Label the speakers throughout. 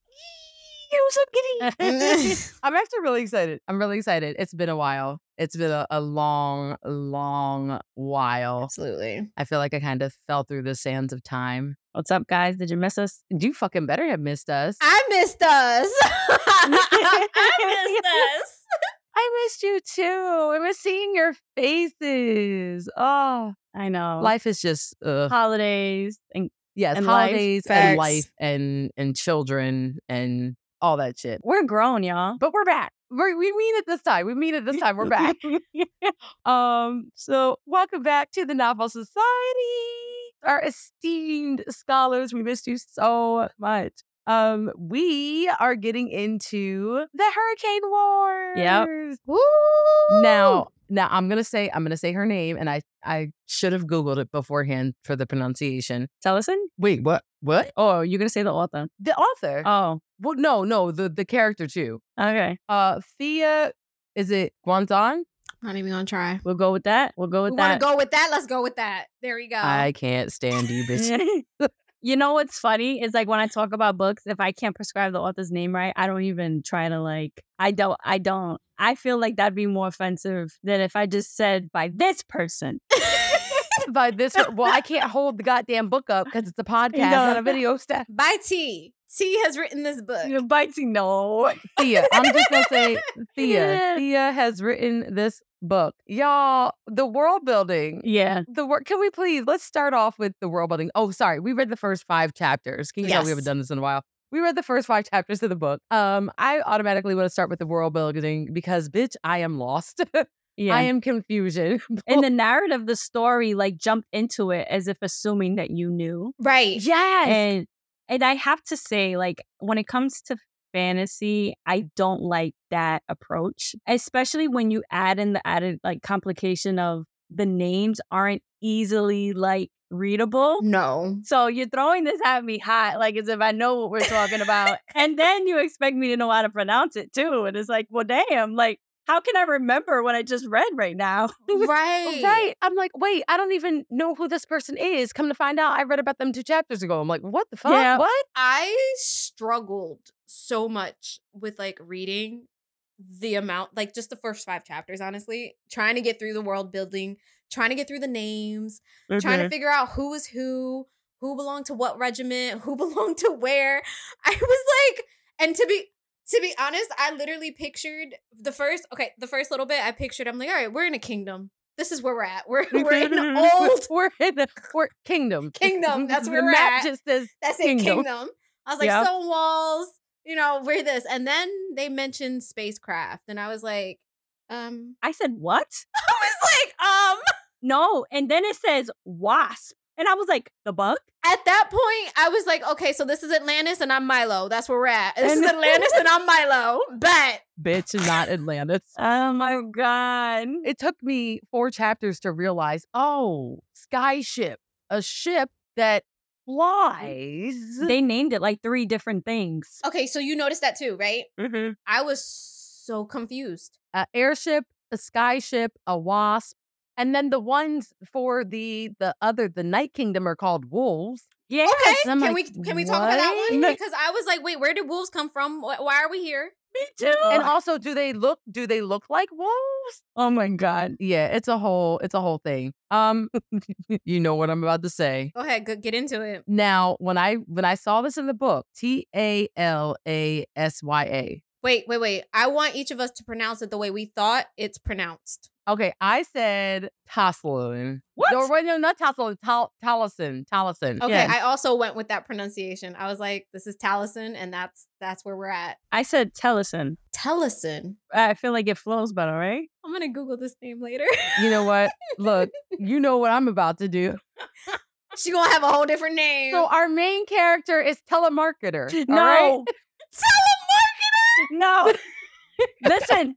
Speaker 1: so giddy. I'm actually really excited. I'm really excited. It's been a while. It's been a, a long, long while.
Speaker 2: Absolutely.
Speaker 1: I feel like I kind of fell through the sands of time. What's up, guys? Did you miss us? You fucking better have missed us.
Speaker 2: I missed us. I missed us.
Speaker 1: I missed you too. I was seeing your faces. Oh,
Speaker 3: I know. Like
Speaker 1: life is just ugh.
Speaker 3: holidays and
Speaker 1: yes,
Speaker 3: and life.
Speaker 1: holidays and
Speaker 2: Facts.
Speaker 1: life and and children and all that shit.
Speaker 3: we're grown, y'all.
Speaker 1: But we're back. We're, we mean it this time. We mean it this time. We're back. um. So welcome back to the Novel Society, our esteemed scholars. We missed you so much. Um, we are getting into the Hurricane Wars.
Speaker 3: Yep.
Speaker 2: Woo!
Speaker 1: Now, now I'm gonna say I'm gonna say her name, and I I should have googled it beforehand for the pronunciation.
Speaker 3: Tellison?
Speaker 1: Wait, what? What?
Speaker 3: Oh, you're gonna say the author.
Speaker 1: The author?
Speaker 3: Oh,
Speaker 1: Uh, well, no, no, the the character too.
Speaker 3: okay.
Speaker 1: Uh, Thea, is it Guanzan?
Speaker 2: not even gonna try.
Speaker 3: We'll go with that. We'll go with
Speaker 2: we
Speaker 3: that.
Speaker 2: want to go with that. Let's go with that. There you go.
Speaker 1: I can't stand you, bitch.
Speaker 3: you know what's funny is like when I talk about books, if I can't prescribe the author's name right, I don't even try to like. I don't. I don't. I feel like that'd be more offensive than if I just said by this person.
Speaker 1: By this, well, I can't hold the goddamn book up because it's a podcast,
Speaker 3: No.
Speaker 1: not a video. Steph,
Speaker 2: By T. T has written this book.
Speaker 3: You're biting. No.
Speaker 1: Thea, I'm just gonna say Thea. Thea has written this book, y'all. The world building.
Speaker 3: Yeah.
Speaker 1: the work can we please let's start off with the world building oh sorry we read the first five chapters can you tell we haven't
Speaker 2: Yes.
Speaker 1: done this in a while we read the first five chapters of the book um i automatically want to start with the world building because bitch i am lost
Speaker 3: Yeah.
Speaker 1: i am confusion
Speaker 3: and the narrative, the story, like jumped into it as if assuming that you knew.
Speaker 2: Right.
Speaker 1: yes
Speaker 3: and and I have to say, like when it comes to fantasy, I don't like that approach, especially when you add in the added like complication of the names aren't easily like readable.
Speaker 2: No.
Speaker 3: So you're throwing this at me hot, like as if I know what we're talking about, and then you expect me to know how to pronounce it too, and it's like, well, damn, like how can I remember what I just read right now?
Speaker 2: Right.
Speaker 1: Right. I'm like, wait, I don't even know who this person is. Come to find out, I read about them two chapters ago. I'm like, what the fuck?
Speaker 3: Yeah.
Speaker 1: What?
Speaker 2: I struggled so much with like reading the amount, like just the first five chapters, honestly, trying to get through the world building, trying to get through the names, trying to figure out who was who, who belonged to what regiment, who belonged to where. I was like, and to be to be honest, I literally pictured the first okay, the first little bit I pictured, I'm like, all right, we're in a kingdom. This is where we're at. We're we're in an old
Speaker 1: we're in the we're kingdom.
Speaker 2: Kingdom, that's where
Speaker 1: the
Speaker 2: we're
Speaker 1: map
Speaker 2: at.
Speaker 1: just says
Speaker 2: That's it,
Speaker 1: Kingdom.
Speaker 2: kingdom. I was like,
Speaker 3: Yeah.
Speaker 2: stone walls, you know, we're this. And then they mentioned spacecraft. And I was like, um,
Speaker 3: I said what?
Speaker 2: I was like, um,
Speaker 3: No. And then it says wasp. And I was like, the bug?
Speaker 2: at that point, I was like, okay, so this is Atlantis and I'm Milo. That's where we're at. This
Speaker 3: And-
Speaker 2: is Atlantis and I'm Milo. But
Speaker 1: bitch and not Atlantis.
Speaker 3: Oh my God.
Speaker 1: it took me four chapters to realize oh sky ship a ship that flies
Speaker 3: They named it like three different things.
Speaker 2: okay, so you noticed that too, right?
Speaker 3: Mm-hmm.
Speaker 2: I was so confused.
Speaker 1: a airship a sky ship a wasp and then the ones for the the other the night kingdom are called wolves
Speaker 3: Yeah.
Speaker 2: Okay,
Speaker 1: I'm
Speaker 2: can
Speaker 1: like,
Speaker 2: we can we talk about that one?
Speaker 1: "What?"
Speaker 2: Because I was like, wait, where did wolves come from? Wh- Why are we here?
Speaker 3: Me too.
Speaker 1: and also do they look do they look like wolves
Speaker 3: oh my God.
Speaker 1: yeah it's a whole it's a whole thing um you know what i'm about to say
Speaker 2: Go ahead, go, get into it.
Speaker 1: now when i when i saw this in the book t-a-l-a-s-y-a
Speaker 2: Wait, wait, wait. I want each of us to pronounce it the way we thought it's pronounced.
Speaker 1: Okay, I said Toslin.
Speaker 3: What?
Speaker 1: No, wait, no, not Toslin. Tal- Tallison. Tallison.
Speaker 2: Okay,
Speaker 3: Yeah.
Speaker 2: I also went with that pronunciation. I was like, this is Tallison, and that's that's where we're at.
Speaker 3: I said Tellison.
Speaker 2: Tellison.
Speaker 3: I feel like it flows better, right?
Speaker 2: I'm gonna Google this name later.
Speaker 1: You know what? Look, you know what I'm about to do.
Speaker 2: She gonna have a whole different name.
Speaker 1: So our main character is telemarketer. all right?
Speaker 3: No. No. listen.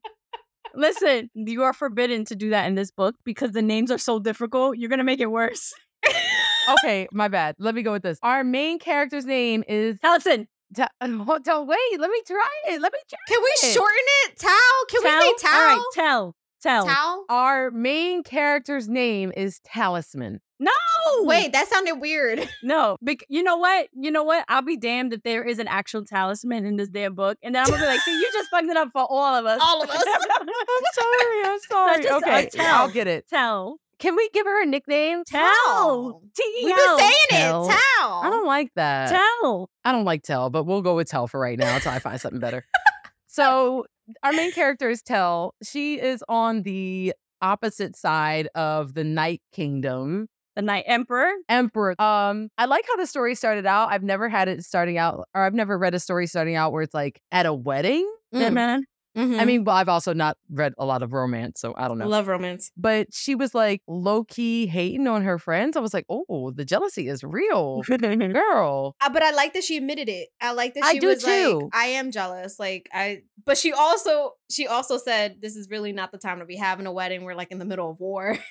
Speaker 3: Listen, you are forbidden to do that in this book because the names are so difficult. You're going to make it worse.
Speaker 1: Okay, my bad. Let me go with this. Our main character's name is.
Speaker 3: Tellison.
Speaker 1: Ta- hold on, wait. Let me try it. Let me try.
Speaker 2: Can we
Speaker 1: it.
Speaker 2: shorten it? Tao? Can we say
Speaker 3: All
Speaker 2: Tao?
Speaker 1: Oh.
Speaker 3: right, tell. Tell.
Speaker 2: Tao?
Speaker 1: Our main character's name is Talisman.
Speaker 3: No.
Speaker 2: Wait, that sounded weird.
Speaker 3: No. Bec- you know what? You know what? I'll be damned if there is an actual talisman in this damn book. And then I'm going to be like, see, you just fucked it up for all of us.
Speaker 2: All of us.
Speaker 1: I'm sorry. I'm sorry.
Speaker 3: just a
Speaker 1: okay,
Speaker 3: tell.
Speaker 1: I'll get it.
Speaker 3: Tell.
Speaker 1: Can we give her a nickname?
Speaker 3: Tell.
Speaker 2: We've been saying
Speaker 1: Tell.
Speaker 2: it. Tell.
Speaker 1: I don't like that.
Speaker 3: Tell.
Speaker 1: I don't like Tell, but we'll go with Tell for right now until I find something better. So our main character is Tell. She is on the opposite side of the Night Kingdom.
Speaker 3: The Night Emperor.
Speaker 1: Emperor. Um, I like how the story started out. I've never had it starting out, or I've never read a story starting out where it's like at a wedding.
Speaker 2: Mm,
Speaker 3: That man.
Speaker 2: mm-hmm.
Speaker 1: I mean, well, I've also not read a lot of romance, so I don't know.
Speaker 2: love romance.
Speaker 1: but she was like low key hating on her friends. I was like, oh, the jealousy is real, girl.
Speaker 2: Uh, but I like that she admitted it. I like that
Speaker 1: I
Speaker 2: she
Speaker 1: do
Speaker 2: was
Speaker 1: too.
Speaker 2: like, I am jealous. Like I, but she also she also said this is really not the time to be having a wedding. We're like in the middle of war.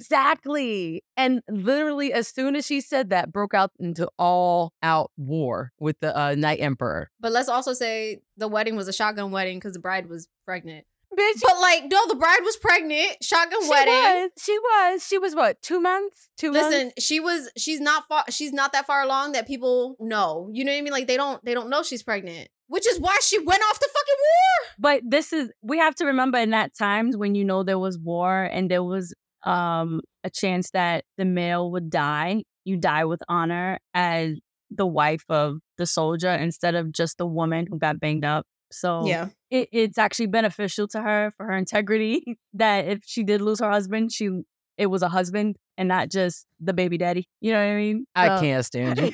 Speaker 1: Exactly. And literally, as soon as she said that, broke out into all out war with the uh, Night Emperor.
Speaker 2: But let's also say the wedding was a shotgun wedding because the bride was pregnant.
Speaker 1: Bitch,
Speaker 2: But like, no, the bride was pregnant. Shotgun
Speaker 1: she
Speaker 2: wedding.
Speaker 1: was. She was. She was what? Two months? Two months?
Speaker 2: Listen, she was she's not far she's not that far along that people know. You know what I mean? Like they don't they don't know she's pregnant. Which is why she went off to fucking war.
Speaker 3: But this is we have to remember in that times when you know there was war and there was um a chance that the male would die. You die with honor as the wife of the soldier instead of just the woman who got banged up.
Speaker 2: Oh.
Speaker 3: So it, it's actually beneficial to her for her integrity that if she did lose her husband, she it was a husband and not just the baby daddy. You know what I mean?
Speaker 1: I
Speaker 2: uh,
Speaker 3: So-
Speaker 1: can't stand you.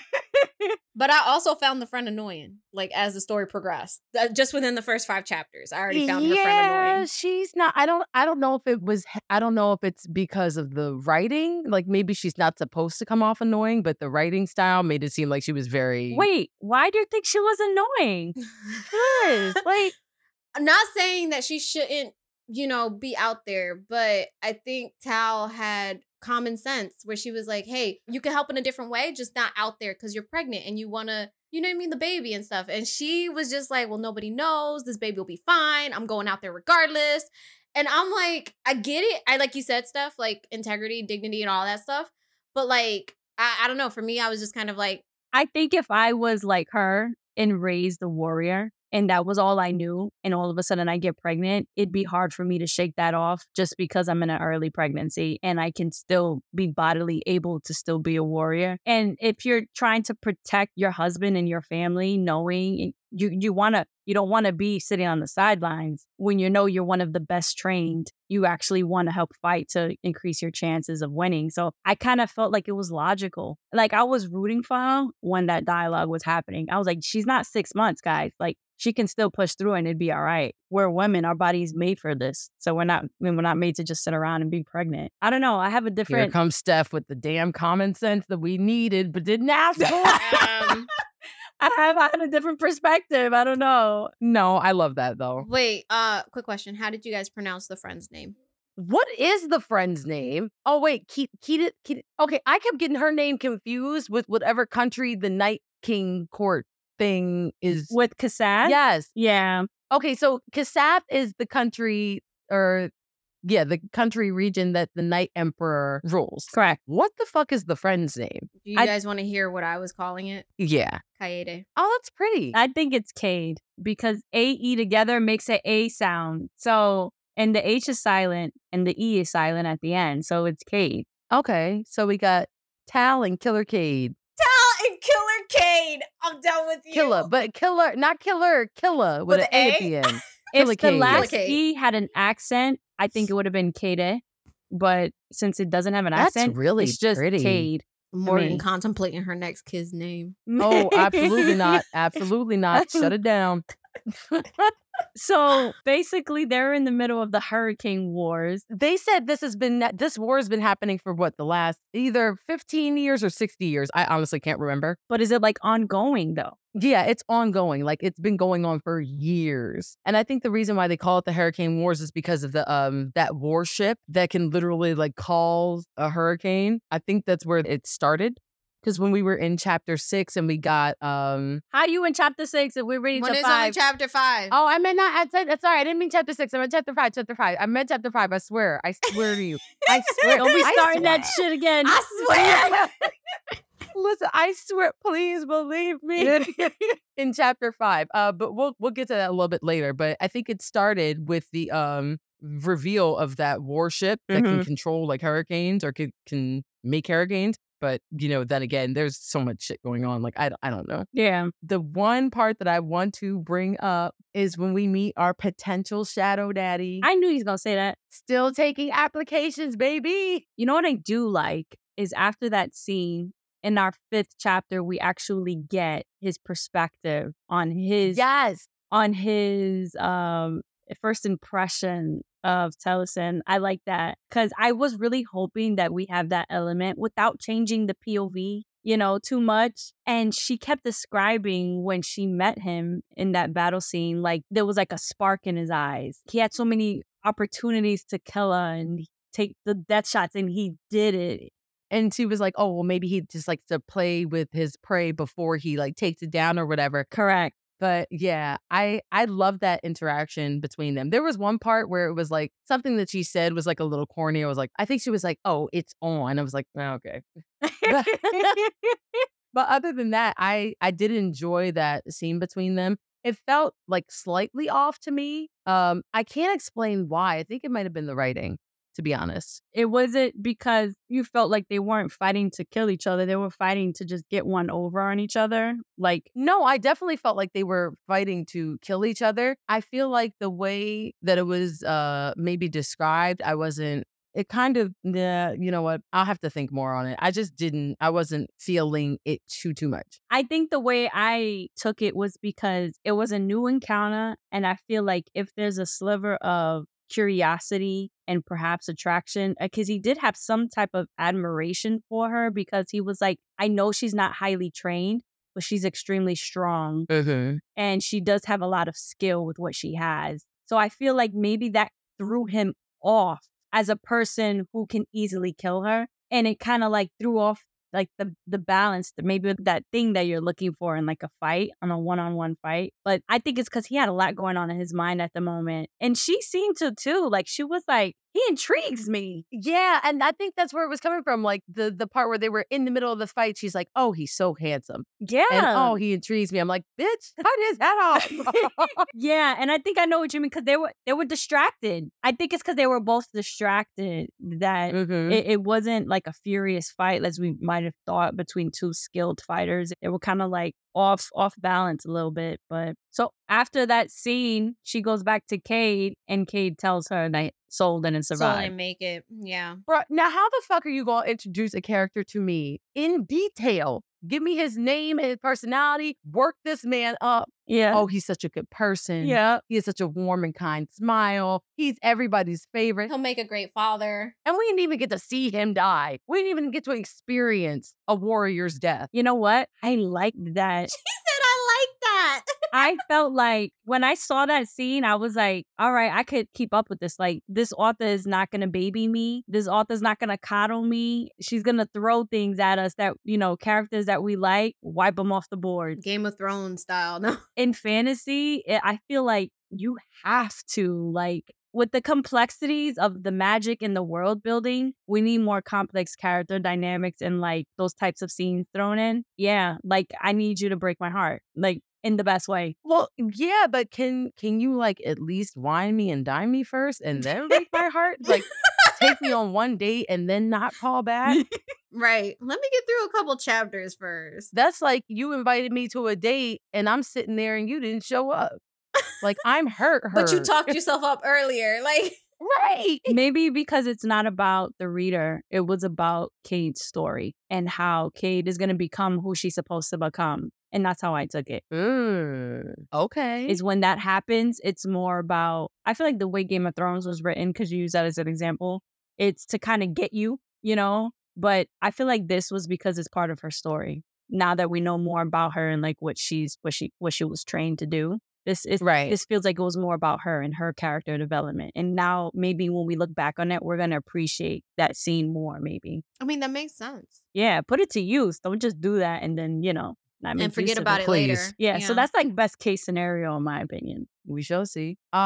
Speaker 2: But I also found the friend annoying, like as the story progressed. Uh, just within the first five chapters, I already found her friend
Speaker 1: yeah,
Speaker 2: annoying.
Speaker 1: she's not. I don't. I don't know if it was. I don't know if it's because of the writing. Like maybe she's not supposed to come off annoying, but the writing style made it seem like she was very.
Speaker 3: Wait, why do you think she was annoying? Yes, like
Speaker 2: I'm not saying that she shouldn't, you know, be out there, but I think Tal had common sense where she was like, hey, you can help in a different way, just not out there because you're pregnant and you want to, you know what I mean, the baby and stuff. And she was just like, well, nobody knows. This baby will be fine. I'm going out there regardless. And I'm like, I get it. I, like you said, stuff like integrity, dignity, and all that stuff. But like, I, I don't know. For me, I was just kind of like,
Speaker 3: I think if I was like her and raised a warrior and that was all I knew, and all of a sudden I get pregnant, it'd be hard for me to shake that off just because I'm in an early pregnancy and I can still be bodily able to still be a warrior. And if you're trying to protect your husband and your family, knowing you you want to you don't want to be sitting on the sidelines when you know you're one of the best trained you actually want to help fight to increase your chances of winning so i kind of felt like it was logical like i was rooting for her when that dialogue was happening i was like she's not six months guys like she can still push through and it'd be all right we're women our body's made for this so we're not we're not made to just sit around and be pregnant i don't know i have a
Speaker 1: Here
Speaker 3: different
Speaker 1: comes Steph with the damn common sense that we needed but didn't ask for.
Speaker 2: um,
Speaker 3: i have i had a different perspective i don't know
Speaker 1: no, I love that though.
Speaker 2: wait, uh, quick question. How did you guys pronounce the friend's name?
Speaker 1: What is the friend's name? Oh wait, Keita. Keita. Keita. Okay, I kept getting her name confused with whatever country the Night King court thing is.
Speaker 3: with cassette
Speaker 1: Yes.
Speaker 3: yeah
Speaker 1: Okay, so Kassab is the country or yeah, the country region that the Night Emperor rules.
Speaker 3: correct
Speaker 1: What the fuck is the friend's name?
Speaker 2: Do you
Speaker 3: I-
Speaker 2: guys want to hear what I was calling it?
Speaker 1: Yeah.
Speaker 2: Kaede.
Speaker 1: Oh, that's pretty.
Speaker 3: I think it's Cade because A E together makes a A sound. So and the H is silent and the E is silent at the end. So it's Cade.
Speaker 1: okay, so we got Tal and Killer Cade.
Speaker 2: Tal and Killer Kane. I'm done with you.
Speaker 1: Killer, but killer, not killer, killer with,
Speaker 2: With
Speaker 1: an
Speaker 2: a
Speaker 1: A at
Speaker 2: A?
Speaker 1: the end.
Speaker 3: If
Speaker 1: Killer
Speaker 3: the
Speaker 1: Cade.
Speaker 3: last
Speaker 2: Killer Cade.
Speaker 3: E had an accent, I think it would have been Cade. But since it doesn't have an
Speaker 1: That's
Speaker 3: accent,
Speaker 1: really
Speaker 3: it's just
Speaker 1: pretty.
Speaker 3: Cade.
Speaker 2: Morgan
Speaker 3: Me.
Speaker 2: contemplating her next kid's name.
Speaker 1: Oh, absolutely not. Absolutely not. Shut it down.
Speaker 3: so basically, they're in the middle of the hurricane wars.
Speaker 1: They said this has been this war has been happening for what the last either 15 years or 60 years. I honestly can't remember.
Speaker 3: But is it like ongoing though?
Speaker 1: Yeah, it's ongoing. Like it's been going on for years. And I think the reason why they call it the hurricane wars is because of the um that warship that can literally like cause a hurricane. I think that's where it started Because when we were in chapter six and we got um
Speaker 3: How you in chapter six if we're ready
Speaker 2: When
Speaker 3: to
Speaker 2: it's
Speaker 3: five?
Speaker 2: only chapter five.
Speaker 1: oh I meant not I said that's sorry I didn't mean chapter six I meant chapter five chapter five I meant chapter five I swear I swear to you I swear
Speaker 3: Don't be
Speaker 1: I
Speaker 3: starting
Speaker 1: swear.
Speaker 3: that shit again.
Speaker 2: I swear.
Speaker 1: Listen, I swear, please believe me. in chapter five, uh, but we'll we'll get to that a little bit later. But I think it started with the um reveal of that warship that can control like hurricanes or can can make hurricanes. But you know, then again, there's so much shit going on. Like I don't- I don't know.
Speaker 3: Yeah.
Speaker 1: The one part that I want to bring up is when we meet our potential shadow daddy.
Speaker 3: I knew he was gonna say that.
Speaker 1: still taking applications, baby.
Speaker 3: You know what I do like is after that scene in our fifth chapter, we actually get his perspective on his
Speaker 1: Yes.
Speaker 3: on his um first impression of Telison. I like that because I was really hoping that we have that element without changing the POV, you know, too much. And she kept describing when she met him in that battle scene, like there was like a spark in his eyes. He had so many opportunities to kill her and take the death shots, and he did it.
Speaker 1: and she was like, "Oh, well, maybe he just likes to play with his prey before he like takes it down or whatever."
Speaker 3: Correct.
Speaker 1: But yeah, I I love that interaction between them. There was one part where it was like something that she said was like a little corny. I was like, I think she was like, "Oh, it's on." I was like, oh, "Okay." But, but other than that, I I did enjoy that scene between them. It felt like slightly off to me. Um, I can't explain why. I think it might have been the writing, to be honest.
Speaker 3: It wasn't because you felt like they weren't fighting to kill each other. They were fighting to just get one over on each other. Like,
Speaker 1: No, I definitely felt like they were fighting to kill each other. I feel like the way that it was uh maybe described, I wasn't it kind of nah, you know what? I'll have to think more on it. I just didn't I wasn't feeling it too too much.
Speaker 3: I think the way I took it was because it was a new encounter. And I feel like if there's a sliver of curiosity and perhaps attraction, because he did have some type of admiration for her because he was like, I know she's not highly trained, but she's extremely strong
Speaker 1: Mm-hmm.
Speaker 3: and she does have a lot of skill with what she has. So I feel like maybe that threw him off as a person who can easily kill her. And it kind of like threw off like the the balance that maybe that thing that you're looking for in like a fight on a one-on-one fight but i think it's because he had a lot going on in his mind at the moment and she seemed to too like she was like he intrigues me
Speaker 1: Yeah, and I think that's where it was coming from. Like the the part where they were in the middle of the fight, she's like, "Oh, he's so handsome,"
Speaker 3: yeah
Speaker 1: and "Oh, he intrigues me." I'm like, "Bitch, cut his head off."
Speaker 3: Yeah, and I think I know what you mean because they were they were distracted. I think it's because they were both distracted that
Speaker 1: Mhm.
Speaker 3: it, it wasn't like a furious fight as we might have thought between two skilled fighters. They were kind of like off off balance a little bit. But so after that scene, she goes back to Cade, and Cade tells her that Soul didn't
Speaker 2: Soul
Speaker 3: survive.
Speaker 2: didn't make it. Yeah.
Speaker 1: Bro, now how the fuck are you gonna introduce a character to me in detail? Give me his name and his personality. Work this man up.
Speaker 3: Yeah,
Speaker 1: Oh, he's such a good person.
Speaker 3: yeah.
Speaker 1: He has such a warm and kind smile. He's everybody's favorite.
Speaker 2: He'll make a great father.
Speaker 1: And we didn't even get to see him die. We didn't even get to experience a warrior's death.
Speaker 3: You know what? I like that
Speaker 2: She said, I like that.
Speaker 3: I felt like when I saw that scene, I was like, all right, I could keep up with this. Like, this author is not going to baby me. This author's not going to coddle me. She's going to throw things at us that, you know, characters that we like, wipe them off the board.
Speaker 2: Game of Thrones style. No.
Speaker 3: In fantasy, it, I feel like you have to, like, with the complexities of the magic and the world building, we need more complex character dynamics and like those types of scenes thrown in. Yeah, like I need you to break my heart, like in the best way.
Speaker 1: Well, yeah, but can can you like at least wine me and dine me first and then break my heart? Like take me on one date and then not call back?
Speaker 2: Right. Let me get through a couple chapters first.
Speaker 1: That's like you invited me to a date and I'm sitting there and you didn't show up. Like I'm hurt.
Speaker 2: But you
Speaker 1: hurt.
Speaker 2: talked yourself up earlier. Like,
Speaker 1: right.
Speaker 3: Maybe because it's not about the reader, it was about Cade's story and how Cade is going to become who she's supposed to become. And that's how I took it.
Speaker 1: Mm, okay.
Speaker 3: Is when that happens, it's more about, I feel like the way Game of Thrones was written, because you use that as an example, it's to kind of get you, you know? But I feel like this was because it's part of her story. Now that we know more about her and like what she's, what she, what she was trained to do. This is
Speaker 1: Right.
Speaker 3: this feels like it was more about her and her character development. And now maybe when we look back on it, we're gonna appreciate that scene more, maybe.
Speaker 2: I mean, that makes sense.
Speaker 3: Yeah, put it to use. Don't just do that and then, you know, not make
Speaker 2: and forget
Speaker 3: use of
Speaker 2: about it later.
Speaker 1: please.
Speaker 3: Yeah, so that's like best case scenario in my opinion.
Speaker 1: We shall see. Um,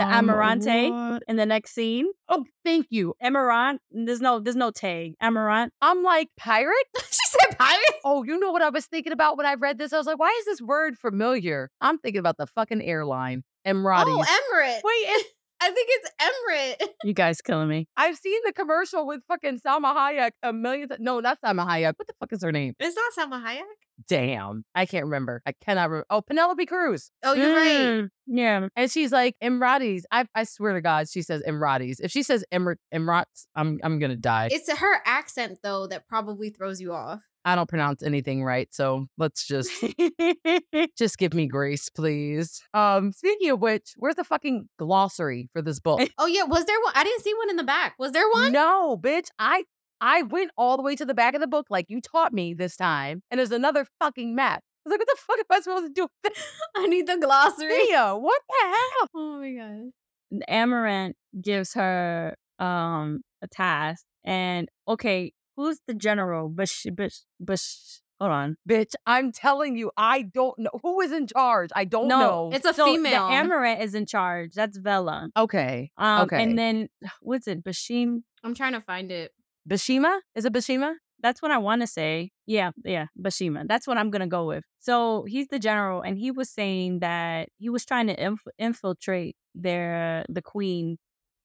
Speaker 3: Amarante?
Speaker 1: what-
Speaker 3: In the next scene,
Speaker 1: Oh, thank you.
Speaker 3: Amarant, there's no there's no tag. Amarant.
Speaker 1: I'm like, pirate?
Speaker 2: she said pirate.
Speaker 1: Oh, you know what I was thinking about when I read this? I was like, why is this word familiar? I'm thinking about the fucking airline, Emiratis.
Speaker 2: Oh, Emirate.
Speaker 1: Wait, it-
Speaker 2: I think it's Emirate.
Speaker 3: You guys killing me.
Speaker 1: I've seen the commercial with fucking Salma Hayek a million times. No, not Salma Hayek. What the fuck is her name?
Speaker 2: It's not Salma Hayek.
Speaker 1: Damn. I can't remember. I cannot remember. Oh, Penelope Cruz.
Speaker 2: Oh, you're right.
Speaker 3: Mm, Yeah.
Speaker 1: And she's like, Emiratis. I, I swear to God, she says Emiratis. If she says Emir- Emirates, I'm, I'm going to die.
Speaker 2: It's her accent though that probably throws you off.
Speaker 1: I don't pronounce anything right. So let's just just give me grace, please. Um, speaking of which, where's the fucking glossary for this book?
Speaker 2: Oh yeah, was there one? I didn't see one in the back. Was there one?
Speaker 1: No, bitch. I I went all the way to the back of the book like you taught me this time, and there's another fucking map. I was like, what the fuck am I supposed to do with this
Speaker 2: I need the glossary.
Speaker 1: video? What the hell?
Speaker 2: Oh my god.
Speaker 3: Amarant gives her um a task and okay, who's the general? Bish bish bish hold on.
Speaker 1: Bitch, I'm telling you, I don't know who is in charge. I don't know.
Speaker 2: It's a
Speaker 3: so
Speaker 2: female.
Speaker 3: The Amarant is in charge. That's Vela.
Speaker 1: okay.
Speaker 3: Um
Speaker 1: Okay.
Speaker 3: and then what's it? Bashim?
Speaker 2: I'm trying to find it.
Speaker 1: Bashima? Is it Bashima?
Speaker 3: That's what I want to say. Yeah, yeah, Bashima. That's what I'm going to go with. So he's the general, and he was saying that he was trying to inf- infiltrate their the queen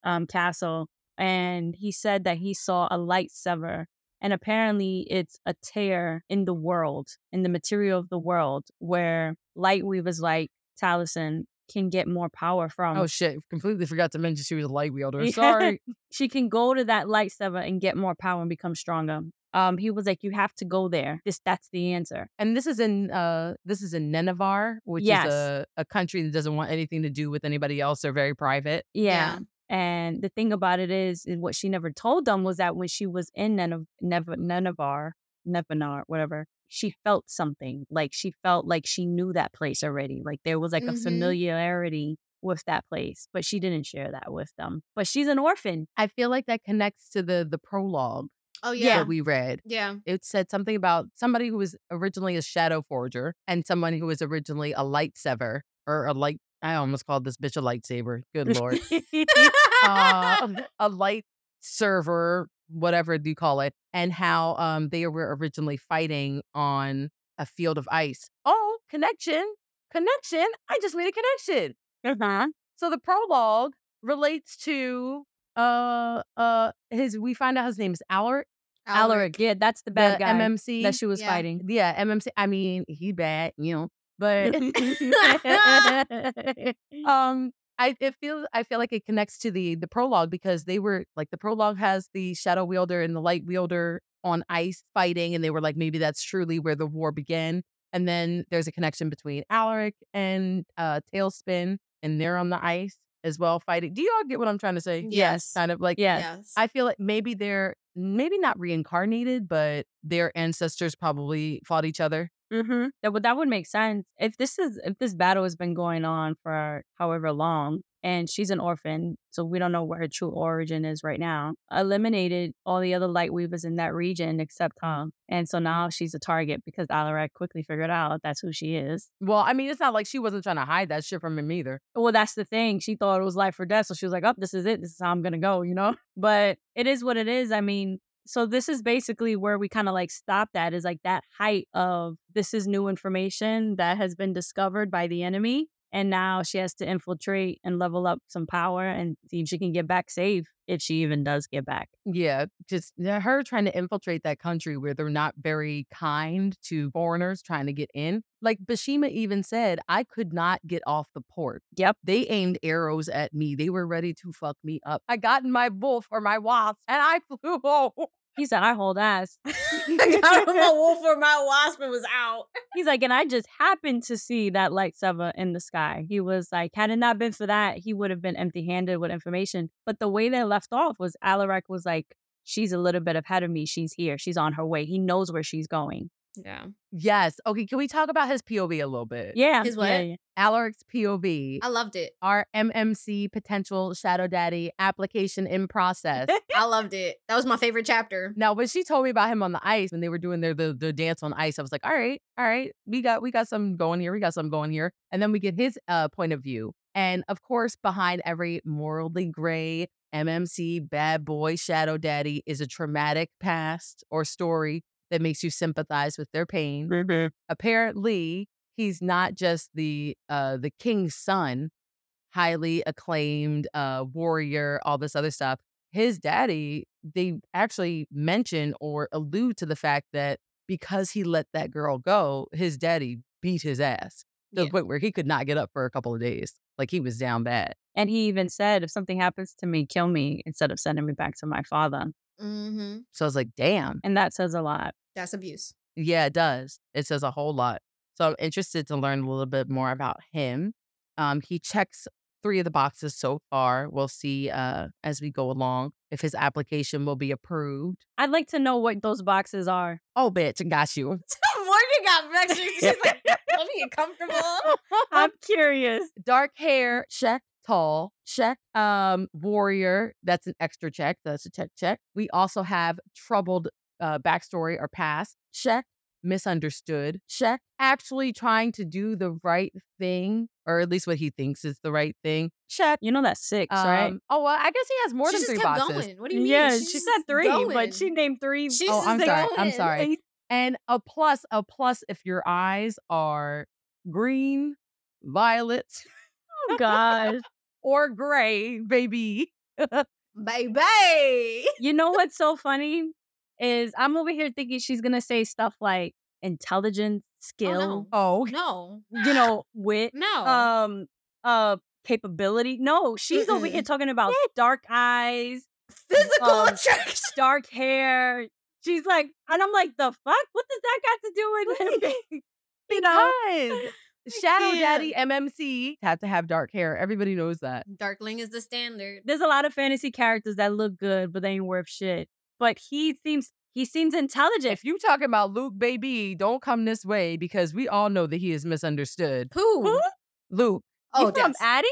Speaker 3: um, castle, and he said that he saw a light sever, and apparently it's a tear in the world, in the material of the world, where light weavers like Taliesin can get more power from.
Speaker 1: Oh shit. Completely forgot to mention she was a light wielder.
Speaker 3: Yeah.
Speaker 1: Sorry.
Speaker 3: she can go to that light sever and get more power and become stronger. Um, he was like, "You have to go there. This, that's the answer."
Speaker 1: And this is in uh this is in Nenevar, which
Speaker 3: Yes.
Speaker 1: is a, a country that doesn't want anything to do with anybody else. They're very private.
Speaker 3: Yeah. And the thing about it is, is what she never told them was that when she was in Nenev- Nev- Nenevar, Nevenar, whatever, she felt something. Like she felt like she knew that place already. Like there was like a
Speaker 1: Mm-hmm.
Speaker 2: Mhm.
Speaker 3: familiarity with that place, but she didn't share that with them. But she's an orphan.
Speaker 1: I feel like that connects to the the prologue
Speaker 2: Oh
Speaker 1: that we read.
Speaker 2: Yeah.
Speaker 1: It said something about somebody who was originally a shadow forger and someone who was originally a light sever or a light. I almost called this bitch a lightsaber. Good lord.
Speaker 3: Uh-huh.
Speaker 1: uh, a light server, whatever you call it, and how um, they were originally fighting on a field of ice. Oh, connection, connection. I just made a connection.
Speaker 3: uh-huh.
Speaker 1: So the prologue relates to uh uh his we find out his name is Alaric
Speaker 3: Alaric. Yeah, that's the bad
Speaker 1: the
Speaker 3: guy
Speaker 1: MMC
Speaker 3: that she was
Speaker 2: Yeah.
Speaker 3: fighting.
Speaker 1: yeah MMC I mean he bad you know but um I it feels I feel like it connects to the the prologue because they were like the prologue has the shadow wielder and the light wielder on ice fighting and they were like maybe that's truly where the war began and then there's a connection between Alaric and uh Tailspin and they're on the ice as well fighting. Do you all get what I'm trying to say?
Speaker 2: Yes.
Speaker 1: Kind of like
Speaker 3: yes.
Speaker 2: Yes.
Speaker 1: I feel like maybe they're maybe not reincarnated, but their ancestors probably fought each other.
Speaker 3: Mm-hmm. That would that would make sense if this is if this battle has been going on for however long, and she's an orphan, so we don't know what her true origin is right now. Eliminated all the other light weavers in that region except Tom, and so now she's a target because Alarak quickly figured out that's who she is.
Speaker 1: Well, I mean, it's not like she wasn't trying to hide that shit from him either.
Speaker 3: Well, that's the thing. She thought it was life or death, so she was like, "Up, this is it. This is how I'm gonna go," you know. But it is what it is. I mean. So this is basically where we kind of like stopped at is like that height of this is new information that has been discovered by the enemy and now she has to infiltrate and level up some power and see if she can get back safe if she even does get back.
Speaker 1: Yeah, just yeah, her trying to infiltrate that country where they're not very kind to foreigners trying to get in. Like Bashima even said, I could not get off the port.
Speaker 3: Yep.
Speaker 1: They aimed arrows at me. They were ready to fuck me up. I got in my wolf or my wasp and I flew home.
Speaker 3: He said I hold ass.
Speaker 2: I got him a wolf or my wasp and was out.
Speaker 3: He's like, and I just happened to see that lightsaber in the sky. He was like, had it not been for that, he would have been empty handed with information. But the way they left off was Alaric was like, she's a little bit ahead of me. She's here. She's on her way. He knows where she's going.
Speaker 2: Yeah.
Speaker 1: Yes. Okay. Can we talk about his POV a little bit?
Speaker 3: Yeah.
Speaker 2: His what?
Speaker 3: yeah, yeah.
Speaker 1: Alaric's POV.
Speaker 2: I loved it.
Speaker 1: Our MMC potential shadow daddy application in process.
Speaker 2: I loved it. That was my favorite chapter.
Speaker 1: now, when she told me about him on the ice when they were doing their the, the dance on ice, I was like, all right, all right, we got we got some going here, we got some going here, and then we get his uh, point of view, and of course, behind every morally gray MMC bad boy shadow daddy is a traumatic past or story that makes you sympathize with their pain.
Speaker 2: Mm-hmm.
Speaker 1: apparently he's not just the uh the king's son highly acclaimed uh warrior all this other stuff his daddy they actually mention or allude to the fact that because he let that girl go his daddy beat his ass to the
Speaker 2: Yeah.
Speaker 1: point where he could not get up for a couple of days like he was down bad
Speaker 3: And he even said, if something happens to me, kill me instead of sending me back to my father.
Speaker 2: Mm-hmm.
Speaker 1: so i was like damn
Speaker 3: And that says a lot.
Speaker 2: That's abuse.
Speaker 1: Yeah, it does. It says a whole lot. So I'm interested to learn a little bit more about him. Um, he checks three of the boxes so far. We'll see uh, as we go along if his application will be approved.
Speaker 3: I'd like to know what those boxes are.
Speaker 1: Oh, bitch, got you.
Speaker 2: Morgan got vexed. She's like, let me get comfortable.
Speaker 3: I'm curious.
Speaker 1: Dark hair, check. Tall, check. Um, warrior, that's an extra check. That's a check, check. We also have troubled uh, backstory or past, check. Misunderstood, check. Actually trying to do the right thing, or at least what he thinks is the right thing, check.
Speaker 3: You know that's six, right?
Speaker 1: Um, Oh well, I guess he has more
Speaker 2: she
Speaker 1: than
Speaker 2: just
Speaker 1: three
Speaker 2: kept
Speaker 1: boxes.
Speaker 2: going. What do you mean?
Speaker 3: Yeah,
Speaker 2: She's
Speaker 3: she said
Speaker 2: just
Speaker 3: three,
Speaker 2: going.
Speaker 3: but she named three.
Speaker 2: She's
Speaker 1: Oh,
Speaker 2: just
Speaker 1: I'm sorry. I'm
Speaker 2: going.
Speaker 1: sorry. And a plus, a plus if your eyes are green, violet,
Speaker 3: Oh, God.
Speaker 1: or gray, baby.
Speaker 2: baby.
Speaker 3: you know what's so funny is I'm over here thinking she's going to say stuff like intelligence, skill,
Speaker 2: no.
Speaker 1: Oh,
Speaker 2: No,
Speaker 3: you know, wit,
Speaker 2: no.
Speaker 3: um, uh, capability. No, she's over here
Speaker 2: Mm-mm.
Speaker 3: talking about dark eyes,
Speaker 2: Physical
Speaker 3: um,
Speaker 2: attraction.
Speaker 3: dark hair. She's like, and I'm like, the fuck? What does that got to do with him? being, you know,
Speaker 1: guys. Shadow
Speaker 2: can't.
Speaker 1: Daddy MMC have to have dark hair. Everybody knows that.
Speaker 2: Darkling is the standard.
Speaker 3: there's a lot of fantasy characters that look good, but they ain't worth shit. But he seems he seems intelligent.
Speaker 1: If you talking about Luke, baby, don't come this way because we all know that he is misunderstood.
Speaker 2: Who?
Speaker 3: You
Speaker 1: Luke,
Speaker 2: Oh,
Speaker 3: from
Speaker 2: yes.
Speaker 3: Addie?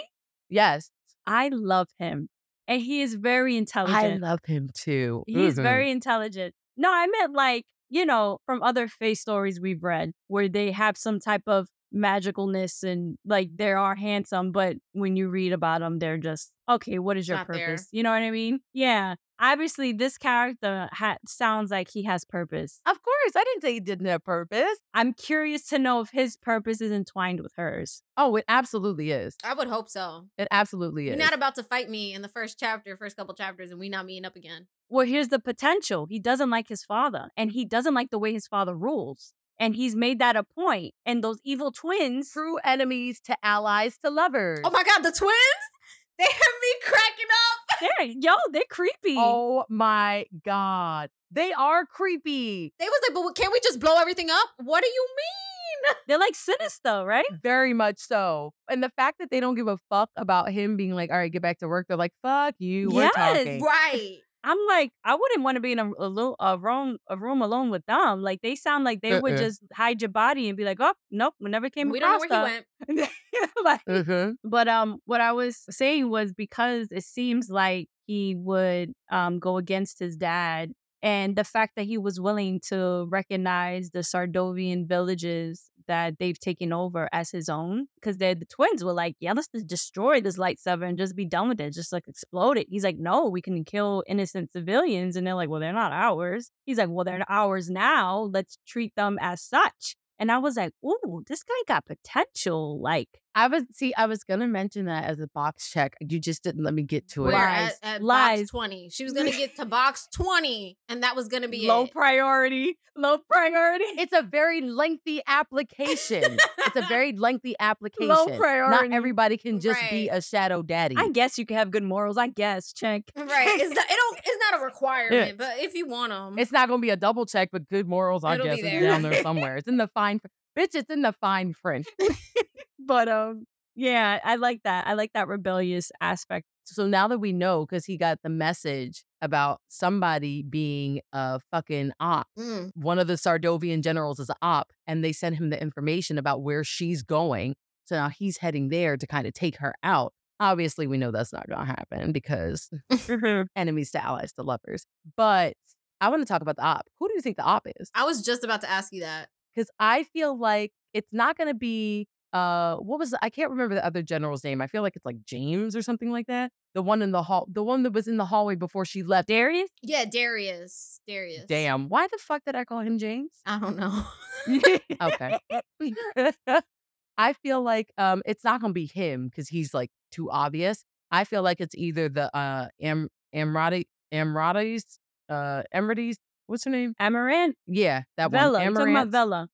Speaker 1: yes,
Speaker 3: I love him, and he is very intelligent.
Speaker 1: I love him too.
Speaker 3: He's
Speaker 1: Mhm.
Speaker 3: very intelligent. No, I meant like, you know, from other face stories we've read where they have some type of magicalness and like they are handsome, but when you read about them, they're just, okay, what is your
Speaker 2: Not there.
Speaker 3: purpose? You know what I mean? Yeah. Obviously, this character ha- sounds like he has purpose.
Speaker 1: Of course, I didn't say he didn't have purpose.
Speaker 3: I'm curious to know if his purpose is entwined with hers.
Speaker 1: Oh, it absolutely is.
Speaker 2: I would hope so.
Speaker 1: It absolutely
Speaker 2: You're
Speaker 1: is.
Speaker 2: not about to fight me in the first chapter, first couple chapters, and we not meeting up again.
Speaker 3: Well, here's the potential. He doesn't like his father, and he doesn't like the way his father rules. And he's made that a point. And those evil twins
Speaker 1: True enemies to allies to lovers.
Speaker 2: Oh my god, the twins? They have me cracking up.
Speaker 3: They're yo, they're creepy.
Speaker 1: Oh my god, they are creepy.
Speaker 2: They was like, but can't we just blow everything up? What do you mean?
Speaker 3: They're like sinister, right?
Speaker 1: Very much so. And the fact that they don't give a fuck about him being like, all right, get back to work, they're like, fuck you, we're
Speaker 3: Yes.
Speaker 1: talking.
Speaker 2: Right.
Speaker 3: I'm like, I wouldn't want to be in a, a, lo- a room a room alone with them. Like they sound like they would
Speaker 1: Uh-uh.
Speaker 3: just hide your body and be like, oh nope, we never came
Speaker 2: we don't know
Speaker 3: across
Speaker 2: where
Speaker 3: her.
Speaker 2: he went.
Speaker 3: Like-
Speaker 1: Mhm.
Speaker 3: but um, what I was saying was because it seems like he would um go against his dad. And the fact that he was willing to recognize the Sardovian villages that they've taken over as his own, because the twins were like, "Yeah, let's just destroy this lightsaber and just be done with it, just like explode it." He's like, "No, we can kill innocent civilians," and they're like, "Well, they're not ours." He's like, "Well, they're ours now. Let's treat them as such." And I was like, "Ooh, this guy got potential." Like,
Speaker 1: I was see, I was gonna mention that as a box check. You just didn't let me get to
Speaker 2: We're
Speaker 1: it.
Speaker 2: at,
Speaker 3: Lies.
Speaker 2: at
Speaker 3: Lies.
Speaker 2: box 20. She was going to get to box 20, and that was going to be
Speaker 3: low
Speaker 2: it.
Speaker 3: priority, low priority,
Speaker 1: It's a very lengthy application. it's a very lengthy application.
Speaker 3: priority.
Speaker 1: Not everybody can just be
Speaker 2: Right.
Speaker 1: a shadow daddy.
Speaker 3: I guess you can have good morals. I guess check.
Speaker 2: Right. It's not, it don't, it's not a requirement, but if you want them.
Speaker 1: It's not going to be a double check, but good morals, I
Speaker 2: It'll be
Speaker 1: guess, is
Speaker 2: there.
Speaker 1: down there somewhere. It's in the fine, pr- bitch. It's in the fine print.
Speaker 3: But um, yeah, I like that. I like that rebellious aspect
Speaker 1: So now that we know, because he got the message about somebody being a fucking op,
Speaker 2: Mm.
Speaker 1: one of the Sardovian generals is an op, and they sent him the information about where she's going. So now he's heading there to kind of take her out. Obviously, we know that's not going to happen because Oh, enemies to allies to lovers. But I want to talk about the op. Who do you think the op is?
Speaker 2: I was just about to ask you that.
Speaker 1: because I feel like it's not going to be uh what was the- I can't remember the other general's name. I feel like it's like James or something like that. The one in the hall, the one that was in the hallway before she left.
Speaker 3: Darius?
Speaker 2: Yeah, Darius. Darius.
Speaker 1: Damn, why the fuck did I call him James?
Speaker 2: I don't know.
Speaker 1: Okay. I feel like um it's not going to be him because he's like too obvious. I feel like it's either the uh Am Amrati Amratis uh Emiratis. What's her name?
Speaker 3: Amaranth?
Speaker 1: Yeah, that
Speaker 3: Vela.
Speaker 1: one.
Speaker 3: You're talking about
Speaker 1: Amaranth.
Speaker 3: Vela.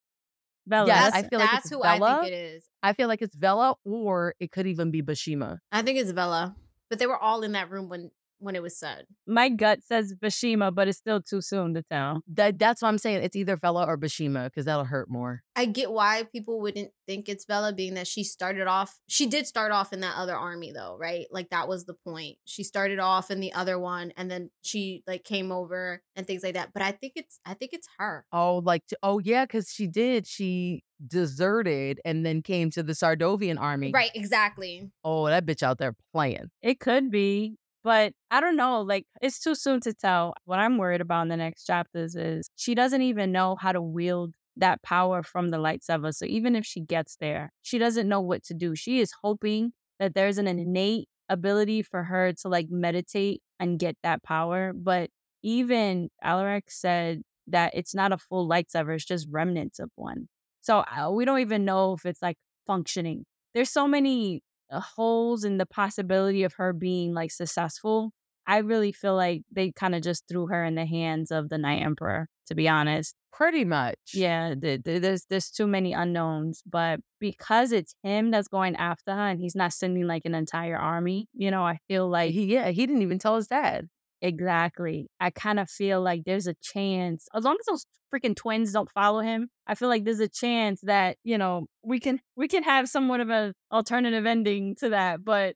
Speaker 3: Vela.
Speaker 1: Yes,
Speaker 2: that's
Speaker 1: Oh, I feel like
Speaker 2: that's
Speaker 1: it's
Speaker 2: who I
Speaker 1: Bella.
Speaker 2: think it is.
Speaker 1: I feel like it's Vela, or it could even be Bashima.
Speaker 2: I think it's Bella. But they were all in that room when when it was said.
Speaker 3: My gut says Bashima, but it's still too soon to tell.
Speaker 1: That that's what I'm saying. It's either Vela or Bashima because that'll hurt more.
Speaker 2: I get why people wouldn't think it's Bella, being that she started off. She did start off in that other army, though, right? Like that was the point. She started off in the other one, and then she like came over and things like that. But I think it's, I think it's her.
Speaker 1: Oh, like t- oh yeah, because she did. She deserted and then came to the Sardovian army.
Speaker 2: Right? Exactly.
Speaker 1: Oh, that bitch out there playing.
Speaker 3: It could be, but I don't know. Like, it's too soon to tell. What I'm worried about in the next chapters is she doesn't even know how to wield that power from the lights of us. So even if she gets there, she doesn't know what to do. She is hoping that there's an innate ability for her to like meditate and get that power. But even Alaric said that it's not a full lights ever, it's just remnants of one. So uh, we don't even know if it's like functioning. There's so many uh, holes in the possibility of her being like successful. I really feel like they kind of just threw her in the hands of the Night Emperor, to be honest.
Speaker 1: Pretty much.
Speaker 3: Yeah, th- th- there's there's too many unknowns, but because it's him that's going after her and he's not sending like an entire army, you know, I feel like
Speaker 1: He yeah, he didn't even tell his dad.
Speaker 3: Exactly. I kind of feel like there's a chance, as long as those freaking twins don't follow him, I feel like there's a chance that you know we can we can have somewhat of a alternative ending to that. But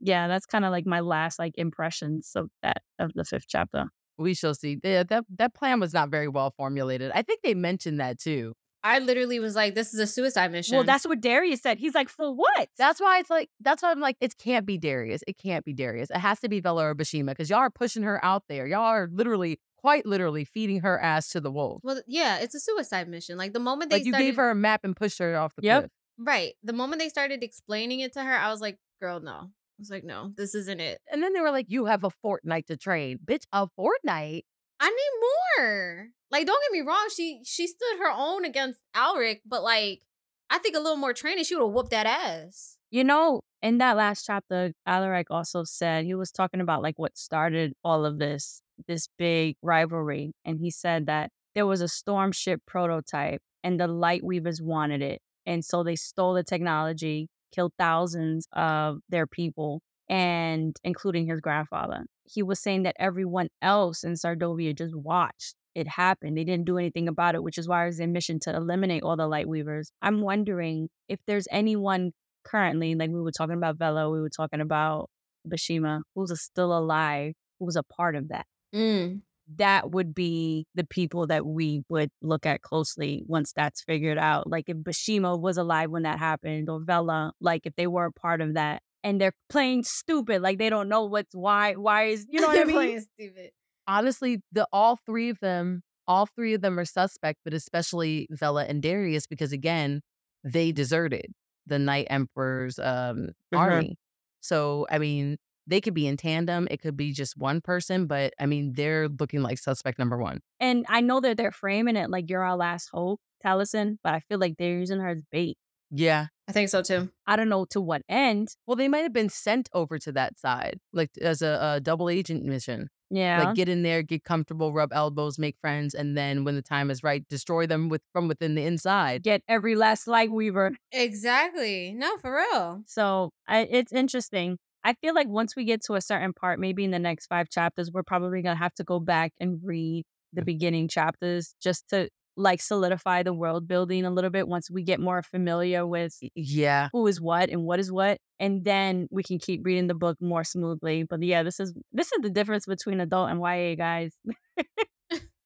Speaker 3: yeah, that's kind of like my last like impressions of that of the fifth chapter.
Speaker 1: We shall see. Yeah, that that plan was not very well formulated. I think they mentioned that too.
Speaker 2: I literally was like, "This is a suicide mission."
Speaker 3: Well, that's what Darius said. He's like, for what?
Speaker 1: That's why it's like that's why I'm like it can't be Darius. It can't be Darius. It has to be Vela or Bashima because y'all are pushing her out there. Y'all are literally, quite literally, feeding her ass to the wolves.
Speaker 2: well, yeah, it's a suicide mission. Like the moment they
Speaker 1: Like you
Speaker 2: started,
Speaker 1: gave her a map and pushed her off the
Speaker 3: Yep.
Speaker 1: cliff.
Speaker 2: right, the moment they started explaining it to her, I was like, "Girl, no." I was like, "No, this isn't it."
Speaker 1: And then they were like, "You have a fortnight to train, bitch. A fortnight?
Speaker 2: I need more. Like, don't get me wrong, she she stood her own against Alric, but like, I think a little more training, she would have whooped that ass.
Speaker 3: You know, in that last chapter, Alaric also said he was talking about like what started all of this, this big rivalry. And he said that there was a storm ship prototype and the light weavers wanted it. And so they stole the technology, killed thousands of their people, and including his grandfather. He was saying that everyone else in Sardovia just watched it happen. They didn't do anything about it, which is why it was their mission to eliminate all the light weavers. I'm wondering if there's anyone currently, like we were talking about Velo, we were talking about Bashima, who's a- still alive, who was a part of that.
Speaker 2: Mm.
Speaker 3: That would be the people that we would look at closely once that's figured out. Like if Bashima was alive when that happened, or Vela, like if they were a part of that, and they're playing stupid, like they don't know what's why. Why is you know what I mean?
Speaker 2: stupid.
Speaker 1: Honestly, the all three of them, all three of them are suspect, but especially Vela and Darius because again, they deserted the Night Emperor's um,
Speaker 3: Mhm.
Speaker 1: army. So I mean, they could be in tandem. It could be just one person, but I mean, they're looking like suspect number one.
Speaker 3: And I know that they're framing it like you're our last hope, Taliesin, but I feel like they're using her as bait.
Speaker 1: Yeah.
Speaker 2: I think so too.
Speaker 3: I don't know to what end.
Speaker 1: Well, they might have been sent over to that side, like as a, a double agent mission.
Speaker 3: Yeah.
Speaker 1: Like get in there, get comfortable, rub elbows, make friends, and then when the time is right, destroy them with from within the inside.
Speaker 3: get every last light weaver.
Speaker 2: Exactly. No, for real.
Speaker 3: So I, it's interesting. I feel like once we get to a certain part, maybe in the next five chapters, we're probably going to have to go back and read the beginning chapters just to like solidify the world building a little bit once we get more familiar with
Speaker 1: Yeah.
Speaker 3: who is what and what is what and then we can keep reading the book more smoothly but yeah this is this is the difference between adult and ya guys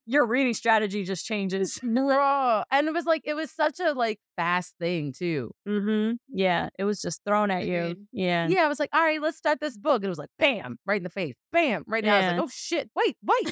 Speaker 3: your reading strategy just changes
Speaker 1: No. And it was like it was such a like fast thing too.
Speaker 3: mm-hmm. yeah it was just thrown at you
Speaker 2: Agreed.
Speaker 3: yeah
Speaker 1: Yeah, I was like, all right, let's start this book. And it was like, bam, right in the face. Bam, right now. I was
Speaker 3: Yeah.
Speaker 1: like, oh shit, wait, wait,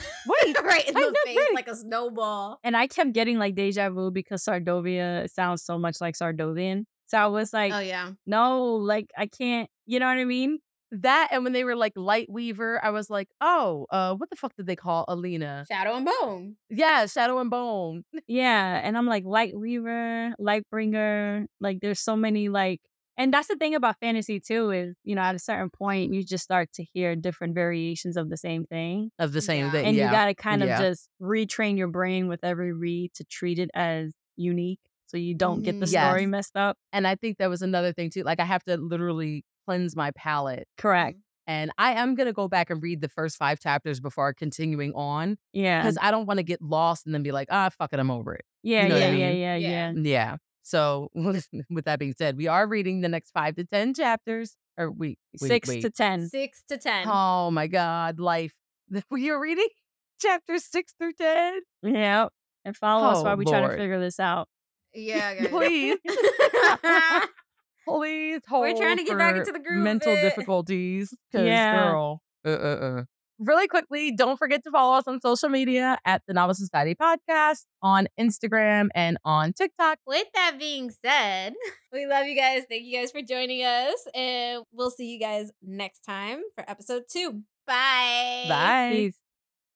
Speaker 1: wait.
Speaker 2: right in
Speaker 1: I
Speaker 2: the
Speaker 1: know,
Speaker 2: face
Speaker 1: right?
Speaker 2: like a snowball.
Speaker 3: and i kept getting like deja vu because sardovia sounds so much like sardovian so i was like
Speaker 2: Oh yeah.
Speaker 3: no like i can't you know what i mean
Speaker 1: that and when they were like light weaver, I was like, oh, uh, what the fuck did they call Alina?
Speaker 2: Shadow and bone.
Speaker 1: Yeah, Shadow and Bone.
Speaker 3: Yeah, and I'm like Light Weaver, Lightbringer. Like, there's so many like, and that's the thing about fantasy too is you know at a certain point you just start to hear different variations of the same thing,
Speaker 1: Of the same
Speaker 2: Yeah.
Speaker 1: thing.
Speaker 3: and
Speaker 1: Eh, yeah.
Speaker 3: you gotta kind of
Speaker 1: yeah.
Speaker 3: just retrain your brain with every read to treat it as unique, so you don't get the
Speaker 2: Mhm.
Speaker 3: story
Speaker 1: Mm, Yes.
Speaker 3: messed up.
Speaker 1: and I think that was another thing too. Like I have to literally cleanse my palate.
Speaker 3: Correct.
Speaker 1: And I am gonna go back and read the first five chapters before continuing on.
Speaker 3: Yeah.
Speaker 1: Because I don't want to get lost and then be like, ah, fuck it, I'm over it.
Speaker 3: Yeah.
Speaker 1: you know what
Speaker 3: yeah,
Speaker 1: I
Speaker 3: yeah.
Speaker 1: mean?
Speaker 3: Yeah.
Speaker 2: Yeah.
Speaker 3: Yeah.
Speaker 1: Yeah. So with that being said, we are reading the next five to ten chapters. Or we wait,
Speaker 3: Six
Speaker 1: wait.
Speaker 3: to ten.
Speaker 2: Six to ten.
Speaker 1: Oh my God, life. We are reading chapters six through ten.
Speaker 3: Yeah. And follow us
Speaker 1: Oh,
Speaker 3: while we try to
Speaker 1: Lord.
Speaker 3: figure this out.
Speaker 2: Yeah, guys.
Speaker 1: Please, please hold.
Speaker 2: trying to get back
Speaker 1: for
Speaker 2: into the groove
Speaker 1: Mental
Speaker 2: of it.
Speaker 1: difficulties. 'cause,
Speaker 3: Yeah.
Speaker 1: girl. Uh, uh, uh. Really quickly, don't forget to follow us on social media at the Novel Society Podcast on Instagram and on TikTok.
Speaker 2: With that being said, we love you guys. Thank you guys for joining us. And we'll see you guys next time for episode two. Bye.
Speaker 1: Bye.
Speaker 3: Peace.